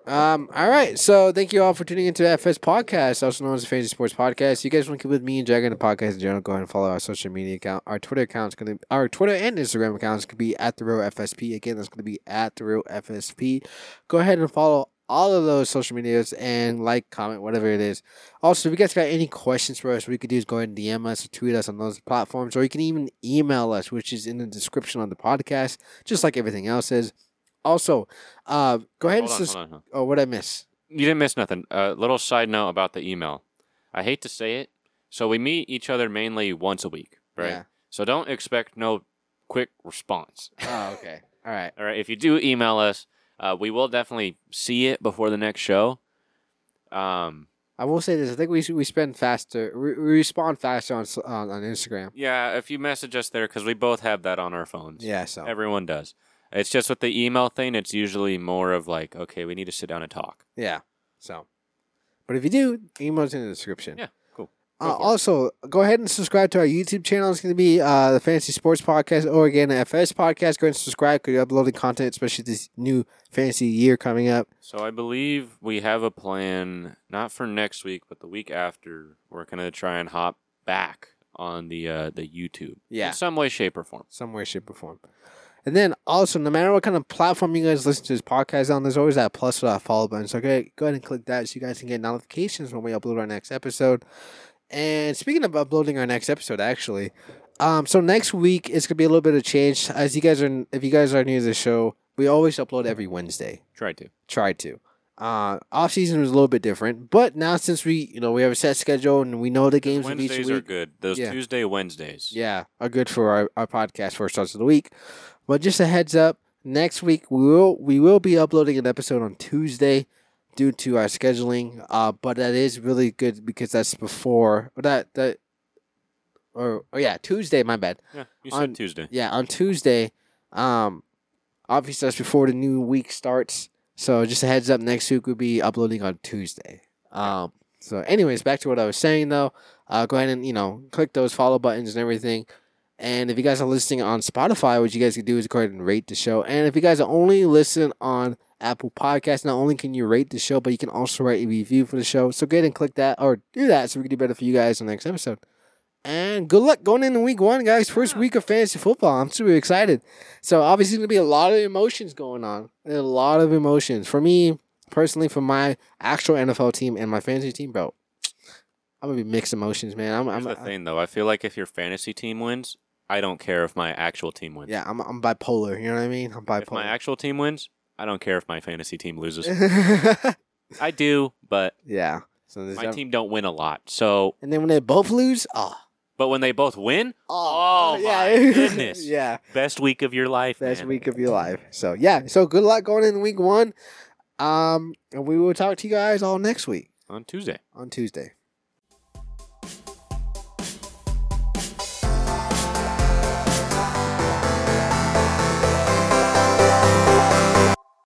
S2: Um, all right, so thank you all for tuning into the FS Podcast, also known as the Fantasy Sports Podcast. You guys want to keep with me and Jagger and the podcast in general, go ahead and follow our social media account. Our Twitter account's gonna our Twitter and Instagram accounts could be at the real FSP. Again, that's gonna be at the real FSP. Go ahead and follow all of those social medias and like, comment, whatever it is. Also, if you guys got any questions for us, what you could do is go ahead and DM us or tweet us on those platforms, or you can even email us, which is in the description on the podcast, just like everything else is. Also, uh, go ahead
S1: Hold
S2: and
S1: on,
S2: subscribe.
S1: hold on, hold on.
S2: Oh, what I miss?
S1: You didn't miss nothing. A little side note about the email. I hate to say it. So we meet each other mainly once a week, right?
S2: Yeah.
S1: So don't expect no quick response.
S2: (laughs) Oh, okay. All right.
S1: All right. If you do email us, uh, we will definitely see it before the next show. Um,
S2: I will say this. I think we we spend faster. We we respond faster on s- on, on Instagram.
S1: yeah, if you message us there, because we both have that on our phones.
S2: Yeah. So
S1: Everyone does. It's just with the email thing, it's usually more of like, okay, we need to sit down and talk.
S2: yeah. So, but if you do, email's in the description.
S1: Yeah, cool. Go
S2: Uh,
S1: for it.
S2: also, go ahead and subscribe to our YouTube channel. It's going to be uh, the Fantasy Sports Podcast or again the FS Podcast. Go ahead and subscribe because you're uploading content, especially this new fantasy year coming up.
S1: So I believe we have a plan, not for next week, but the week after. We're gonna try and hop back on the uh, the YouTube,
S2: Yeah.
S1: in some way, shape, or form.
S2: some way, shape, or form. And then also, no matter what kind of platform you guys listen to this podcast on, there's always that plus or that follow button. So go go ahead and click that so you guys can get notifications when we upload our next episode. And speaking of uploading our next episode, actually, um, so next week it's gonna be a little bit of change. As you guys are, if you guys are new to the show, we always upload every Wednesday
S1: Try to.
S2: tried to. Uh, off season was a little bit different, but now since we you know we have a set schedule and we know the games of each
S1: Wednesdays
S2: week,
S1: are good. Those
S2: Yeah.
S1: Tuesday Wednesdays.
S2: yeah, are good for our, our podcast for starts of the week. But just a heads up, next week we will we will be uploading an episode on Tuesday due to our scheduling. Uh, but that is really good because that's before that that or, or yeah, Tuesday, my bad.
S1: Yeah, you said
S2: On-
S1: Tuesday.
S2: Yeah, on Tuesday. Um obviously that's before the new week starts. So just a heads up, next week we'll be uploading on Tuesday. Um so anyways, back to what I was saying though. Uh go ahead and, you know, click those follow buttons and everything. And if you guys are listening on Spotify, what you guys can do is go ahead and rate the show. And if you guys only listen on Apple Podcasts, not only can you rate the show, but you can also write a review for the show. So go ahead and click that or do that so we can do better for you guys on the next episode. And good luck going into week one, guys. First week of fantasy football. I'm super excited. So obviously gonna be a lot of emotions going on. A lot of emotions. For me personally, for my actual NFL team and my fantasy team, bro. I'm gonna be mixed emotions, man. I'm,
S1: Here's
S2: I'm
S1: the thing, though. I feel like if your fantasy team wins, I don't care if my actual team wins.
S2: Yeah, I'm I'm bipolar. You know what I mean? I'm
S1: If my
S2: bipolar.
S1: actual team wins, I don't care if my fantasy team
S2: (laughs)
S1: loses. I do, but
S2: yeah. So there's
S1: my
S2: that-
S1: team don't win a lot. So,
S2: And then when they both lose, oh,
S1: but when they both win, Oh,
S2: yeah, (laughs)
S1: my goodness.
S2: yeah,
S1: best week of your life.
S2: best
S1: man.
S2: week of your life. So yeah, so good luck going in week one. Um, and we will talk to you guys all next week
S1: on Tuesday.
S2: on Tuesday.